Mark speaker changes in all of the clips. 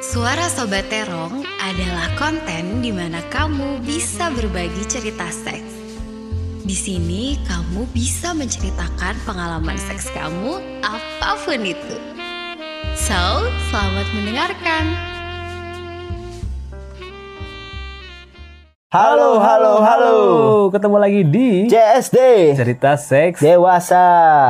Speaker 1: Suara Sobat Terong adalah konten di mana kamu bisa berbagi cerita seks. Di sini kamu bisa menceritakan pengalaman seks kamu apapun itu. So, selamat mendengarkan.
Speaker 2: Halo, halo, halo.
Speaker 3: Ketemu lagi di
Speaker 2: JSD
Speaker 3: Cerita Seks
Speaker 2: Dewasa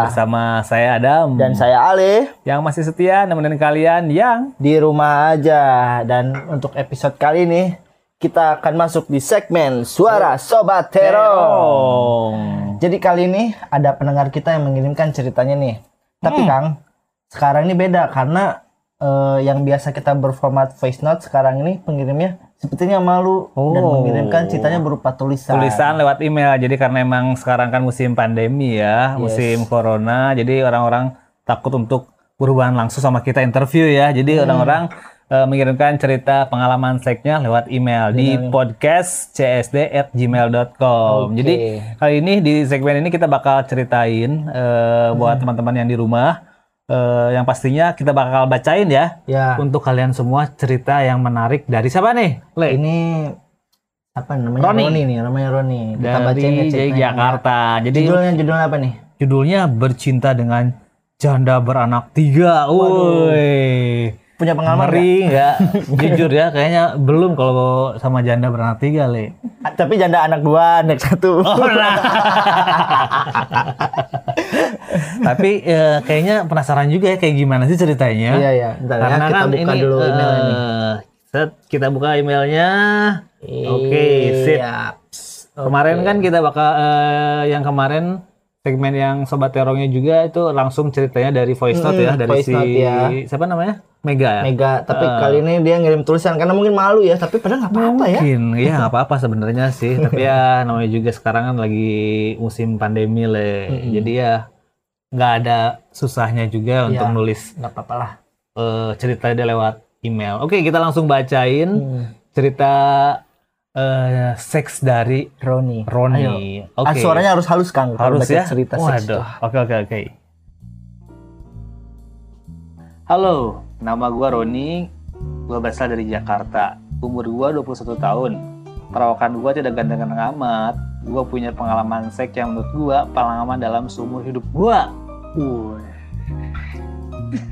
Speaker 3: bersama saya Adam
Speaker 2: dan saya Ale
Speaker 3: yang masih setia nemenin kalian yang
Speaker 2: di rumah aja dan untuk episode kali ini kita akan masuk di segmen Suara Sobat Terong. Jadi kali ini ada pendengar kita yang mengirimkan ceritanya nih. Tapi Kang, sekarang ini beda karena eh, yang biasa kita berformat voice note sekarang ini pengirimnya sepertinya malu dan
Speaker 3: Oh.
Speaker 2: mengirimkan ceritanya berupa tulisan.
Speaker 3: tulisan lewat email. Jadi karena emang sekarang kan musim pandemi ya, musim corona, jadi orang-orang takut untuk berhubungan langsung sama kita interview ya. Jadi
Speaker 2: Hmm.
Speaker 3: orang-orang eh, mengirimkan cerita pengalaman seksnya lewat email di podcast csd@gmail.com.
Speaker 2: Oke.
Speaker 3: Jadi kali ini di segmen ini kita bakal ceritain eh, buat
Speaker 2: Hmm.
Speaker 3: teman-teman yang di rumah eh, yang pastinya kita bakal bacain ya.
Speaker 2: Ya,
Speaker 3: Untuk kalian semua cerita yang menarik dari siapa nih? Le?
Speaker 2: ini apa namanya?
Speaker 3: Roni.
Speaker 2: Roni nih, namanya Roni. Kita bacain ya
Speaker 3: dari
Speaker 2: ceritanya.
Speaker 3: Jakarta. Jadi
Speaker 2: Judulnya judulnya apa nih?
Speaker 3: judulnya bercinta dengan janda beranak tiga. Woi.
Speaker 2: Punya pengalaman nggak?
Speaker 3: Ngeri nggak? Jujur ya, kayaknya belum kalau sama janda beranak tiga, Le.
Speaker 2: Ah, Tapi janda anak dua, anak satu.
Speaker 3: Oh, nah. Tapi eh, kayaknya penasaran juga ya kayak gimana sih ceritanya.
Speaker 2: Iya iya, bentar ya,
Speaker 3: Karena
Speaker 2: kita
Speaker 3: kan
Speaker 2: buka
Speaker 3: ini,
Speaker 2: dulu email ini.
Speaker 3: eh, set, kita buka emailnya. Oke,
Speaker 2: Iya.
Speaker 3: sip.
Speaker 2: Siap.
Speaker 3: Kemarin kan kita bakal eh, yang kemarin segmen yang sobat terongnya juga itu langsung ceritanya dari voice note
Speaker 2: Mm,
Speaker 3: ya dari
Speaker 2: voice
Speaker 3: si
Speaker 2: note ya.
Speaker 3: siapa namanya Mega ya.
Speaker 2: Mega, tapi kali ini dia ngirim tulisan karena mungkin malu ya, tapi padahal nggak apa-apa ya.
Speaker 3: Mungkin ya nggak apa-apa sebenarnya sih tapi ya namanya juga sekarang kan lagi musim pandemi le jadi ya nggak ada susahnya juga untuk
Speaker 2: Ya.
Speaker 3: nulis
Speaker 2: Nggak apa-apa lah.
Speaker 3: eh, cerita dia lewat email. Oke kita langsung bacain
Speaker 2: Hmm.
Speaker 3: cerita eh, seks dari
Speaker 2: Roni. Ayo.
Speaker 3: Roni.
Speaker 2: Ah, suaranya harus halus Kang. kalau
Speaker 3: Harus
Speaker 2: baca
Speaker 3: ya?
Speaker 2: Cerita seks
Speaker 3: Waduh.
Speaker 2: tuh.
Speaker 3: Oke oke oke. Halo, nama gua Roni. Gua berasal dari Jakarta. Umur gua 21 tahun. Perawakan gua tidak ganteng-ganteng amat. Gua punya pengalaman seks yang menurut gua pengalaman dalam seumur hidup gua.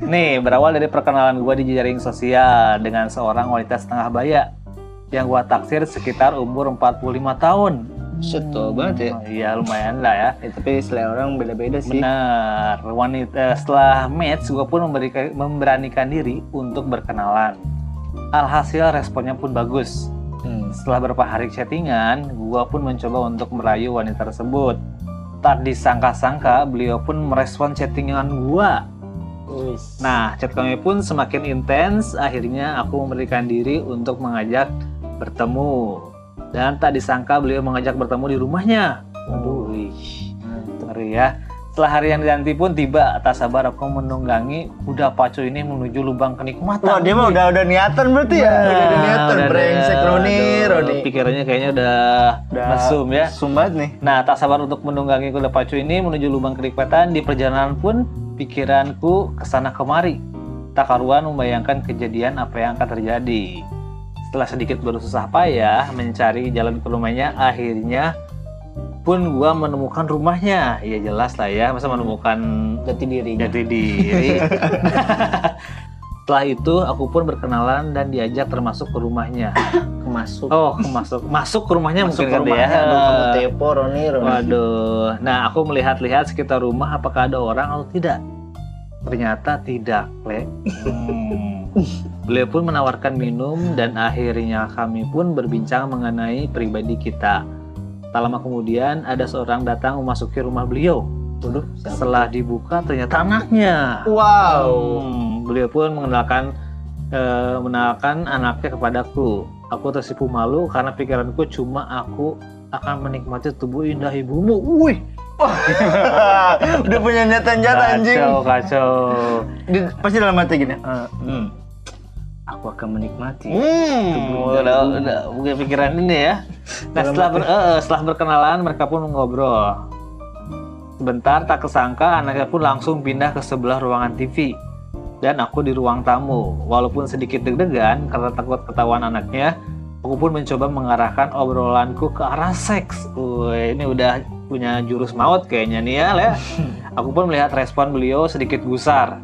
Speaker 3: Nih, berawal dari perkenalan gua di jaring sosial dengan seorang wanita setengah baya yang gua taksir sekitar umur 45 tahun.
Speaker 2: Setuju banget ya.
Speaker 3: Iya, lumayan lah ya.
Speaker 2: Eh, tapi selera orang beda-beda sih.
Speaker 3: Benar, wanita eh, setelah match gue pun memberikan, memberanikan diri untuk berkenalan. Alhasil responnya pun bagus.
Speaker 2: Hmm.
Speaker 3: Setelah beberapa hari chattingan, gue pun mencoba untuk merayu wanita tersebut. Tak disangka-sangka, beliau pun merespon chattingan gue. Nah, chat kami pun semakin intens. Akhirnya aku memberikan diri untuk mengajak bertemu. Dan tak disangka beliau mengajak bertemu di rumahnya. Aduh, ih, ngeri ya. Setelah hari yang dinanti pun tiba, tak sabar aku menunggangi kuda pacu ini menuju lubang kenikmatan.
Speaker 2: Wah, dia mah udah udah niatan berarti ya.
Speaker 3: Nah,
Speaker 2: Udah ada niatan,
Speaker 3: udah ada.
Speaker 2: brengsek Roni,
Speaker 3: Aduh,
Speaker 2: Roni.
Speaker 3: Pikirannya kayaknya udah,
Speaker 2: Udah
Speaker 3: mesum ya.
Speaker 2: Sumbat nih.
Speaker 3: Nah, tak sabar untuk menunggangi kuda pacu ini menuju lubang kenikmatan di perjalanan pun pikiranku kesana kemari. Tak karuan membayangkan kejadian apa yang akan terjadi. Setelah sedikit bersusah payah mencari jalan ke rumahnya, akhirnya pun gua menemukan rumahnya. Ya jelas lah ya, masa menemukan
Speaker 2: Jati dirinya.
Speaker 3: jati diri. Setelah itu aku pun berkenalan dan diajak termasuk ke rumahnya.
Speaker 2: Masuk.
Speaker 3: Oh, masuk masuk ke rumahnya
Speaker 2: Masuk
Speaker 3: mungkin
Speaker 2: ke
Speaker 3: kali ya.
Speaker 2: rumahnya. Aduh, kamu tepo Roni, Roni.
Speaker 3: Waduh, nah aku melihat-lihat sekitar rumah apakah ada orang atau tidak. Ternyata tidak, Le. Beliau pun menawarkan minum dan akhirnya kami pun berbincang mengenai pribadi kita. Tak lama kemudian ada seorang datang memasuki rumah beliau.
Speaker 4: Waduh, siapa?
Speaker 3: Setelah dibuka ternyata anaknya.
Speaker 4: Wow.
Speaker 3: Hmm, beliau pun mengenalkan eh, mengenalkan anaknya kepadaku. Aku tersipu malu karena pikiranku cuma aku akan menikmati tubuh indah ibumu. Wih,
Speaker 4: Udah punya niatan-niatan anjing.
Speaker 3: kacau kacau.
Speaker 4: Di- pasti dalam hati gini.
Speaker 3: Eh,
Speaker 4: Hmm.
Speaker 3: aku akan menikmati.
Speaker 4: Hmm.
Speaker 3: udah, udah punya pikiran ini ya. Nah, setelah, ber- eh, eh, setelah berkenalan, mereka pun ngobrol. Sebentar, tak kesangka anaknya pun langsung pindah ke sebelah ruangan TV. Dan aku di ruang tamu. Walaupun sedikit deg-degan karena takut ketahuan anaknya, aku pun mencoba mengarahkan obrolanku ke arah seks. Wih, ini udah punya jurus maut kayaknya nih ya, Le. Aku pun melihat respon beliau sedikit gusar.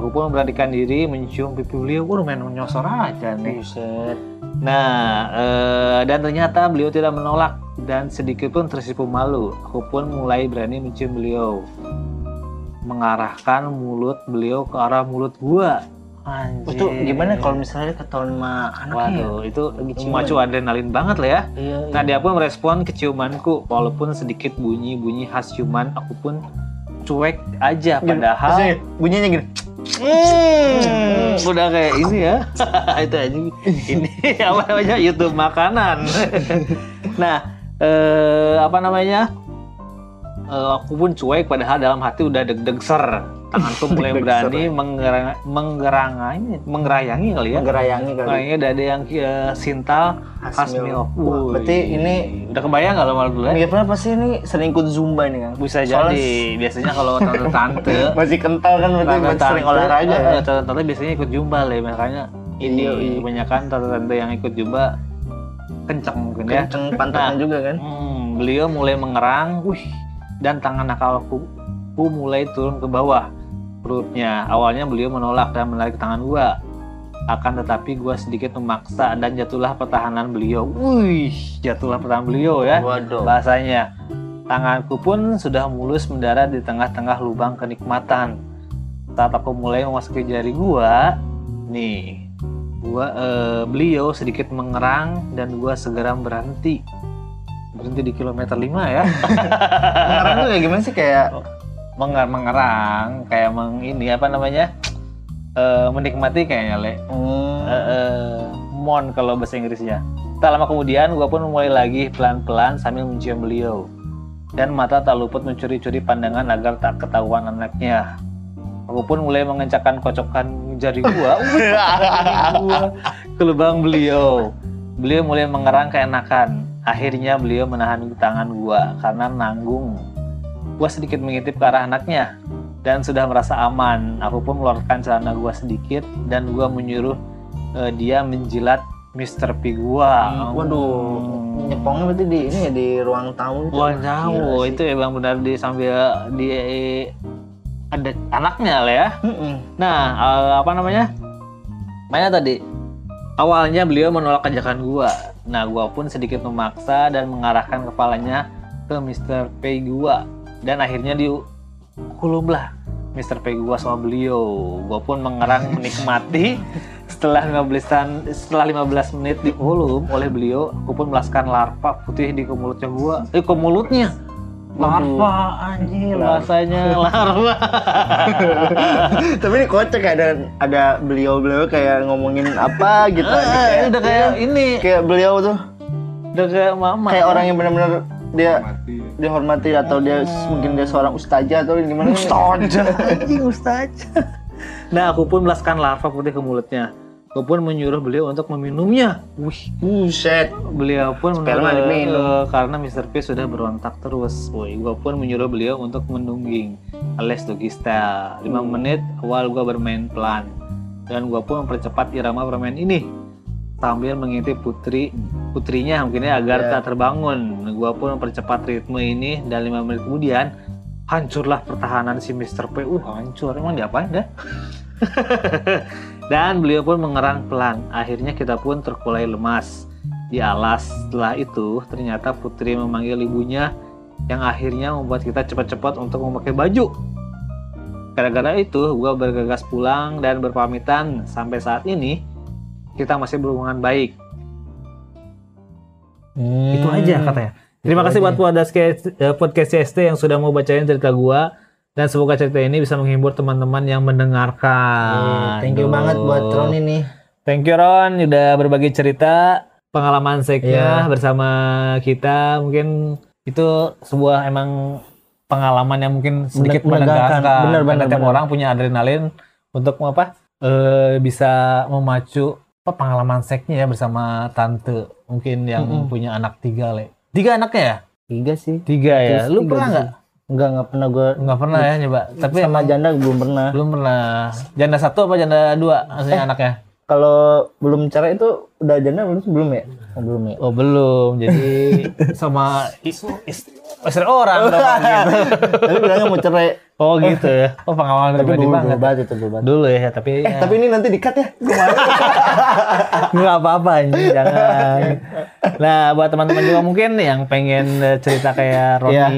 Speaker 3: Aku pun memberanikan diri mencium pipi beliau. Waduh, main menyosor aja nih.
Speaker 4: Buset.
Speaker 3: Nah, eh, dan ternyata beliau tidak menolak dan sedikit pun tersipu malu. Aku pun mulai berani mencium beliau. Mengarahkan mulut beliau ke arah mulut gua. Anjir.
Speaker 4: Itu gimana kalau misalnya ketahuan sama
Speaker 2: ya?
Speaker 4: anaknya?
Speaker 3: Iya.
Speaker 4: ya?
Speaker 3: Waduh, itu
Speaker 4: Lagi ciuman.
Speaker 3: memacu adrenalin banget lah ya.
Speaker 4: Iya, iya.
Speaker 3: Nah, dia pun merespon keciumanku walaupun sedikit bunyi-bunyi khas ciuman, aku pun cuek aja
Speaker 2: Iya,
Speaker 4: Gini,
Speaker 3: padahal
Speaker 4: terus ini bunyinya gini.
Speaker 3: Hmm, udah kayak ini ya. itu aja ini apa namanya YouTube makanan. nah, eh, apa namanya? Eh, aku pun cuek padahal dalam hati udah deg-deg ser. Tanganku mulai
Speaker 4: Deg-deg
Speaker 3: berani menggerang, mengerangangi, menggerayangi kali ya.
Speaker 2: Menggerayangi kali.
Speaker 3: Kayaknya dada yang eh, sintal khas
Speaker 4: Asmil.
Speaker 3: milk.
Speaker 4: Wah,
Speaker 3: Wuih.
Speaker 2: Berarti ini
Speaker 3: udah kebayang nggak lo malu dulu ya?
Speaker 2: mikirnya pasti ini sering ikut zumba nih kan.
Speaker 3: Bisa
Speaker 2: Soalnya-
Speaker 3: jadi. Biasanya kalau tante-tante
Speaker 4: Masih kental kan berarti
Speaker 3: Karena
Speaker 4: masih sering olahraga. kan? ya? Iya,
Speaker 3: eh, Tante-tante biasanya ikut jumba lah, makanya ini kebanyakan tante-tante yang ikut jumba kenceng mungkin ya.
Speaker 4: Kenceng pantangan juga kan.
Speaker 3: Hmm, beliau mulai mengerang, wih, dan tangan nakalku ku mulai turun ke bawah perutnya. Awalnya beliau menolak dan menarik tangan gua. Akan tetapi gua sedikit memaksa dan jatuhlah pertahanan beliau. Wih, jatuhlah pertahanan beliau ya
Speaker 4: Waduh.
Speaker 3: bahasanya. Tanganku pun sudah mulus mendarat di tengah-tengah lubang kenikmatan. Saat aku mulai memasuki jari gua, nih, gua eh, beliau sedikit mengerang dan gua segera berhenti. Berhenti di kilometer 5 ya.
Speaker 4: Ngarang tuh ya gimana sih kayak
Speaker 3: Menger mengerang kayak meng ini apa namanya? Eh, menikmati kayaknya, Le. Eh, eh, mon kalau bahasa Inggrisnya. Tak lama kemudian, gua pun mulai lagi pelan-pelan sambil mencium beliau. Dan mata tak luput mencuri-curi pandangan agar tak ketahuan anaknya. Aku pun mulai mengencakan kocokan jari gua, Wih, kocokan jari gua ke lubang beliau. Beliau mulai mengerang keenakan. Akhirnya beliau menahan tangan gua karena nanggung. Gua sedikit mengintip ke arah anaknya dan sudah merasa aman. Aku pun melorotkan celana gua sedikit dan gua menyuruh eh, dia menjilat Mr. P gua.
Speaker 4: Hmm, waduh.
Speaker 3: Hmm.
Speaker 4: nyepongnya berarti di ini ya di ruang tamu gitu.
Speaker 3: Wah jauh
Speaker 4: Gila sih.
Speaker 3: itu emang benar di sambil di ada anaknya lah ya.
Speaker 4: Mm-mm.
Speaker 3: Nah eh, apa namanya? Mana tadi? Awalnya beliau menolak ajakan gua. Nah gua pun sedikit memaksa dan mengarahkan kepalanya ke Mr. P gua dan akhirnya di kulumlah Mr. P gua sama beliau. Gua pun mengerang menikmati setelah 15 setelah 15 menit di kulum oleh beliau, aku pun melaskan larva putih di ke mulutnya gua. Eh ke mulutnya. Larva anjir rasanya larva.
Speaker 4: Tapi ini kocak kayak ada ada beliau-beliau kayak ngomongin apa gitu. ada
Speaker 3: Eh,
Speaker 4: kayak,
Speaker 3: udah kayak ini,
Speaker 4: kayak beliau tuh
Speaker 3: udah kayak mama.
Speaker 4: kayak orang yang benar-benar dia dihormati atau dia mungkin dia seorang ustazah atau gimana? Ustazah.
Speaker 3: anjing ustaz. Nah, aku pun melaskan larva putih ke mulutnya. Aku pun menyuruh beliau untuk meminumnya. Wih,
Speaker 4: Buset.
Speaker 3: beliau pun
Speaker 4: Sperma
Speaker 3: menolak,
Speaker 4: diminum.
Speaker 3: eh, karena Mr. P sudah berontak terus. Woi, gua pun menyuruh beliau untuk menungging alias doggy style. 5
Speaker 4: Hmm.
Speaker 3: menit awal gua bermain pelan dan gua pun mempercepat irama permainan ini sambil mengintip putri putrinya mungkin ya agar
Speaker 4: Ya.
Speaker 3: tak terbangun. Gua pun mempercepat ritme ini dan 5 menit kemudian hancurlah pertahanan si Mr. P. Uh, hancur. Emang diapain dah? Dan beliau pun mengerang pelan. Akhirnya kita pun terkulai lemas di alas. Setelah itu, ternyata Putri memanggil ibunya yang akhirnya membuat kita cepat-cepat untuk memakai baju. Gara-gara itu, gua bergegas pulang dan berpamitan. Sampai saat ini,
Speaker 2: Hmm.
Speaker 3: kita masih berhubungan baik. Itu aja katanya. Terima kasih buat podcast eh, podcast CST yang sudah mau bacain cerita gua dan semoga cerita ini bisa menghibur teman-teman yang
Speaker 2: Iya,
Speaker 3: mendengarkan.
Speaker 2: Thank you
Speaker 3: Aduh.
Speaker 2: banget buat Ron ini.
Speaker 3: Thank you Ron udah berbagi cerita pengalaman
Speaker 2: Iya.
Speaker 3: seknya bersama kita. Mungkin itu sebuah emang pengalaman yang mungkin sedikit
Speaker 2: Menegakkan.
Speaker 3: menegakkan.
Speaker 2: Bener,
Speaker 3: Karena
Speaker 2: bener,
Speaker 3: tiap
Speaker 2: bener.
Speaker 3: orang punya adrenalin untuk apa? eh, bisa memacu apa pengalaman seknya ya bersama tante mungkin yang
Speaker 2: Mm-mm.
Speaker 3: punya anak tiga le. Tiga anaknya ya?
Speaker 2: Tiga sih. Eh,
Speaker 3: Tiga ya.
Speaker 2: Terus
Speaker 3: Lu
Speaker 2: tiga
Speaker 3: pernah
Speaker 2: sih.
Speaker 3: nggak?
Speaker 2: Enggak, enggak pernah gue
Speaker 3: Nggak pernah ya nyoba. Tapi
Speaker 2: tapi sama janda belum pernah.
Speaker 3: belum pernah. Janda satu apa janda dua maksudnya anaknya?
Speaker 2: Kalau belum cerai itu udah janda belum belum ya? Oh, belum ya.
Speaker 3: Oh belum, jadi sama isu istri, istri orang dong, kalau gitu.
Speaker 2: tapi bilangnya mau cerai.
Speaker 3: Oh gitu ya. Oh pengalaman
Speaker 2: Tapi
Speaker 3: pribadi
Speaker 2: dulu
Speaker 3: banget.
Speaker 2: berubah itu berubah.
Speaker 3: Dulu ya, tapi
Speaker 2: Eh, tapi ini nanti dikat ya.
Speaker 3: nggak apa-apa anjing, jangan. Nah, buat teman-teman juga mungkin yang pengen eh, cerita kayak Roni,
Speaker 2: Iya.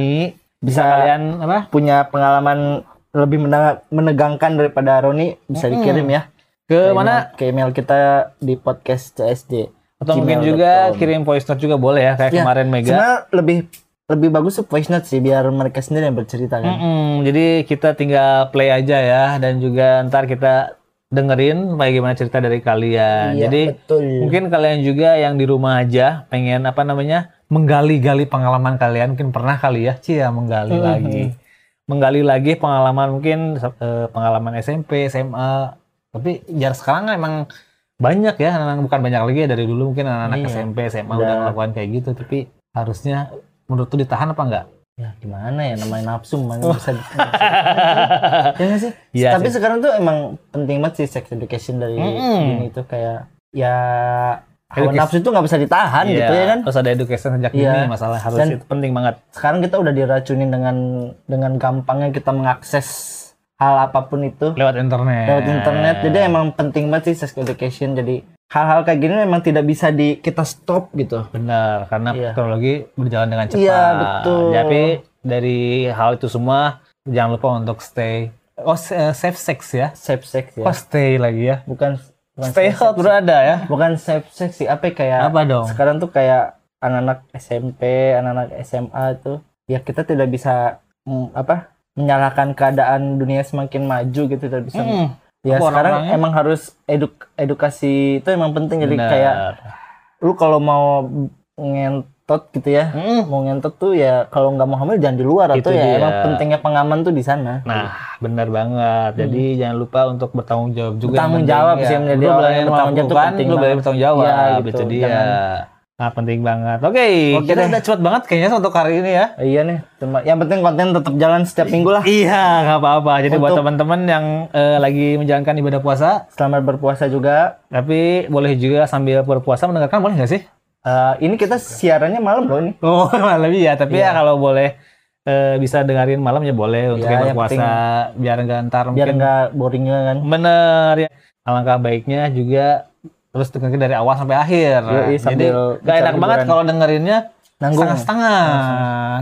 Speaker 3: bisa
Speaker 2: Bisa-
Speaker 3: kalian apa?
Speaker 2: Punya pengalaman lebih menega- menegangkan daripada Roni bisa dikirim ya.
Speaker 3: Ke
Speaker 2: email-
Speaker 3: mana?
Speaker 2: Ke email kita di podcast CSD.
Speaker 3: Atau mungkin juga kirim voice note juga boleh ya, kayak
Speaker 2: Ya,
Speaker 3: kemarin Mega.
Speaker 2: Sebenarnya lebih lebih bagus tuh voice note sih biar mereka sendiri yang bercerita kan.
Speaker 3: Mm-mm, jadi kita tinggal play aja ya dan juga ntar kita dengerin bagaimana cerita dari
Speaker 2: Iya,
Speaker 3: kalian. Nah, jadi
Speaker 2: betul.
Speaker 3: mungkin kalian juga yang di rumah aja pengen apa namanya menggali-gali pengalaman kalian mungkin pernah kali ya Cia menggali lagi, menggali lagi pengalaman mungkin eh, pengalaman SMP, SMA. Tapi jarak sekarang emang banyak ya anak-anak bukan banyak lagi ya dari dulu mungkin anak-anak
Speaker 2: Iya.
Speaker 3: SMP, SMA udah.
Speaker 2: Udah.
Speaker 3: ngelakuin kayak gitu. Tapi harusnya menurut tuh ditahan apa enggak?
Speaker 2: Ya gimana ya namanya nafsu mana bisa Ya nggak sih?
Speaker 3: Oh. Iya
Speaker 2: Tapi sekarang tuh emang penting banget sih sex education dari
Speaker 3: Mm-mm.
Speaker 2: ini tuh kayak ya hawa
Speaker 3: Education.
Speaker 2: nafsu itu nggak bisa ditahan
Speaker 3: Iya,
Speaker 2: gitu ya kan.
Speaker 3: Terus ada education sejak
Speaker 2: Iya.
Speaker 3: dini masalah harus
Speaker 2: Dan-
Speaker 3: itu penting banget.
Speaker 2: Sekarang kita udah diracunin dengan dengan gampangnya kita mengakses hal apapun itu
Speaker 3: Lewat internet.
Speaker 2: lewat internet. Jadi
Speaker 3: Nah.
Speaker 2: emang penting banget sih sex education. Jadi hal-hal kayak gini memang tidak bisa di kita stop gitu.
Speaker 3: benar karena
Speaker 2: Iya.
Speaker 3: teknologi berjalan dengan cepat.
Speaker 2: Iya, betul.
Speaker 3: Tapi dari hal itu semua jangan lupa untuk stay oh s- eh, safe sex ya.
Speaker 2: Safe sex ya.
Speaker 3: Kok stay lagi ya?
Speaker 2: Bukan, bukan
Speaker 3: Stay
Speaker 2: safe
Speaker 3: hot
Speaker 2: sex.
Speaker 3: berada ya.
Speaker 2: Bukan safe sex sih, apa ya, kayak
Speaker 3: Apa dong?
Speaker 2: sekarang tuh kayak anak-anak SMP, anak-anak SMA itu ya kita tidak bisa mm, apa menyalahkan keadaan dunia semakin maju gitu tidak bisa.
Speaker 3: Mm,
Speaker 2: Ya
Speaker 3: Aku
Speaker 2: sekarang
Speaker 3: orang-orangnya.
Speaker 2: emang harus eduk edukasi itu emang penting jadi
Speaker 3: benar.
Speaker 2: kayak lu kalau mau ngentot gitu ya
Speaker 3: Mm.
Speaker 2: mau ngentot tuh ya kalau nggak mau hamil jangan di luar
Speaker 3: Itu
Speaker 2: atau ya
Speaker 3: dia.
Speaker 2: emang pentingnya pengaman tuh di sana.
Speaker 3: Nah, benar banget. Jadi jangan lupa untuk bertanggung jawab
Speaker 2: Mm.
Speaker 3: juga.
Speaker 2: Bertanggung
Speaker 3: Yang penting,
Speaker 2: jawab
Speaker 3: ya.
Speaker 2: sih, menjadi
Speaker 3: Lu
Speaker 2: orang
Speaker 3: berani
Speaker 2: yang bertanggung jawab itu
Speaker 3: melakukan,
Speaker 2: penting
Speaker 3: kan? Lu berani
Speaker 2: banget.
Speaker 3: bertanggung jawab.
Speaker 2: Iya,
Speaker 3: Itu
Speaker 2: gitu.
Speaker 3: dia.
Speaker 2: Jangan-
Speaker 3: Nah, penting banget. Oke,
Speaker 2: Oke deh.
Speaker 3: kita udah cepat banget kayaknya untuk hari ini ya.
Speaker 2: Iya nih, cuma yang penting konten tetap jalan setiap minggu lah.
Speaker 3: Iya, nggak apa-apa. Jadi buat
Speaker 2: Untuk-
Speaker 3: teman-teman yang eh, lagi menjalankan ibadah puasa,
Speaker 2: Selamat berpuasa juga.
Speaker 3: tapi boleh juga sambil berpuasa mendengarkan boleh nggak sih?
Speaker 2: Eh, ini kita siarannya malam loh ini.
Speaker 3: Oh, malam ya. Tapi ya kalau boleh eh, bisa dengerin malam ya boleh untuk
Speaker 2: Iya, yang
Speaker 3: yang berpuasa biar nggak ntar
Speaker 2: biar
Speaker 3: mungkin
Speaker 2: nggak boring juga kan
Speaker 3: bener ya. Alangkah baiknya juga terus dengerin dari awal sampai akhir.
Speaker 2: Yoi,
Speaker 3: Jadi
Speaker 2: sambil
Speaker 3: nggak enak
Speaker 2: mencari
Speaker 3: banget
Speaker 2: hiburan.
Speaker 3: kalau dengerinnya
Speaker 2: Nanggung.
Speaker 3: setengah-setengah.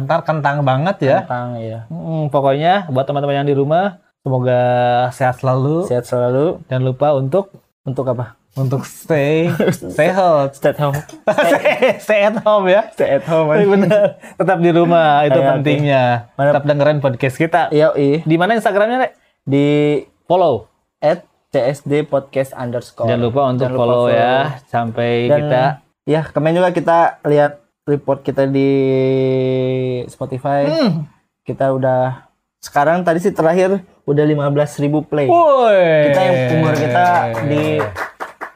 Speaker 3: Ntar kentang banget ya.
Speaker 2: tentang ya
Speaker 3: Mm, pokoknya buat teman-teman yang di rumah semoga sehat selalu.
Speaker 2: sehat selalu
Speaker 3: Jangan lupa untuk
Speaker 2: untuk apa
Speaker 3: untuk stay stay health
Speaker 2: stay at home
Speaker 3: stay, stay at home ya
Speaker 2: stay at home
Speaker 3: Tapi benar tetap di rumah itu
Speaker 2: Iya, oke.
Speaker 3: pentingnya
Speaker 2: Mana-
Speaker 3: tetap dengerin podcast kita
Speaker 2: yo i
Speaker 3: di mana instagramnya Rek?
Speaker 2: di
Speaker 3: follow
Speaker 2: at csd podcast underscore
Speaker 3: jangan lupa untuk follow, ya sampai
Speaker 2: Dan-
Speaker 3: kita
Speaker 2: ya kemarin juga kita lihat report kita di Spotify
Speaker 3: Hmm.
Speaker 2: kita udah sekarang tadi sih terakhir udah 15.000 play
Speaker 3: Woi.
Speaker 2: kita yang umur kita di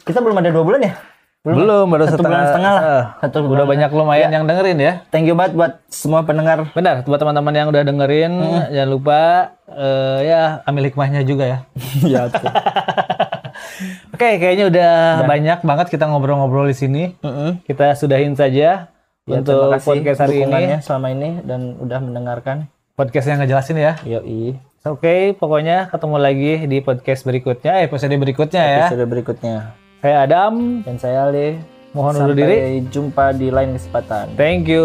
Speaker 2: kita belum ada dua bulan ya
Speaker 3: belum baru
Speaker 2: satu
Speaker 3: setengah,
Speaker 2: bulan setengah lah
Speaker 3: eh,
Speaker 2: satu
Speaker 3: udah
Speaker 2: bulan.
Speaker 3: banyak lumayan
Speaker 2: Ya.
Speaker 3: yang dengerin ya
Speaker 2: thank you banget buat semua pendengar
Speaker 3: benar buat teman-teman yang udah dengerin jangan lupa eh, ya ambil hikmahnya juga ya
Speaker 2: ya tuh.
Speaker 3: Oke, kayaknya udah banyak banget kita ngobrol-ngobrol di sini.
Speaker 2: Mm-mm.
Speaker 3: Kita sudahin saja
Speaker 2: Ya,
Speaker 3: untuk
Speaker 2: terima kasih
Speaker 3: podcast hari
Speaker 2: dukungannya
Speaker 3: ini.
Speaker 2: selama ini dan udah mendengarkan.
Speaker 3: Podcast yang ngejelasin ya.
Speaker 2: Yoi.
Speaker 3: Oke, pokoknya ketemu lagi di podcast berikutnya, eh, episode berikutnya ya.
Speaker 2: Episode berikutnya.
Speaker 3: Saya Adam,
Speaker 2: Dan saya Ali.
Speaker 3: mohon undur
Speaker 2: Sampai
Speaker 3: diri.
Speaker 2: jumpa di lain kesempatan.
Speaker 3: Thank you.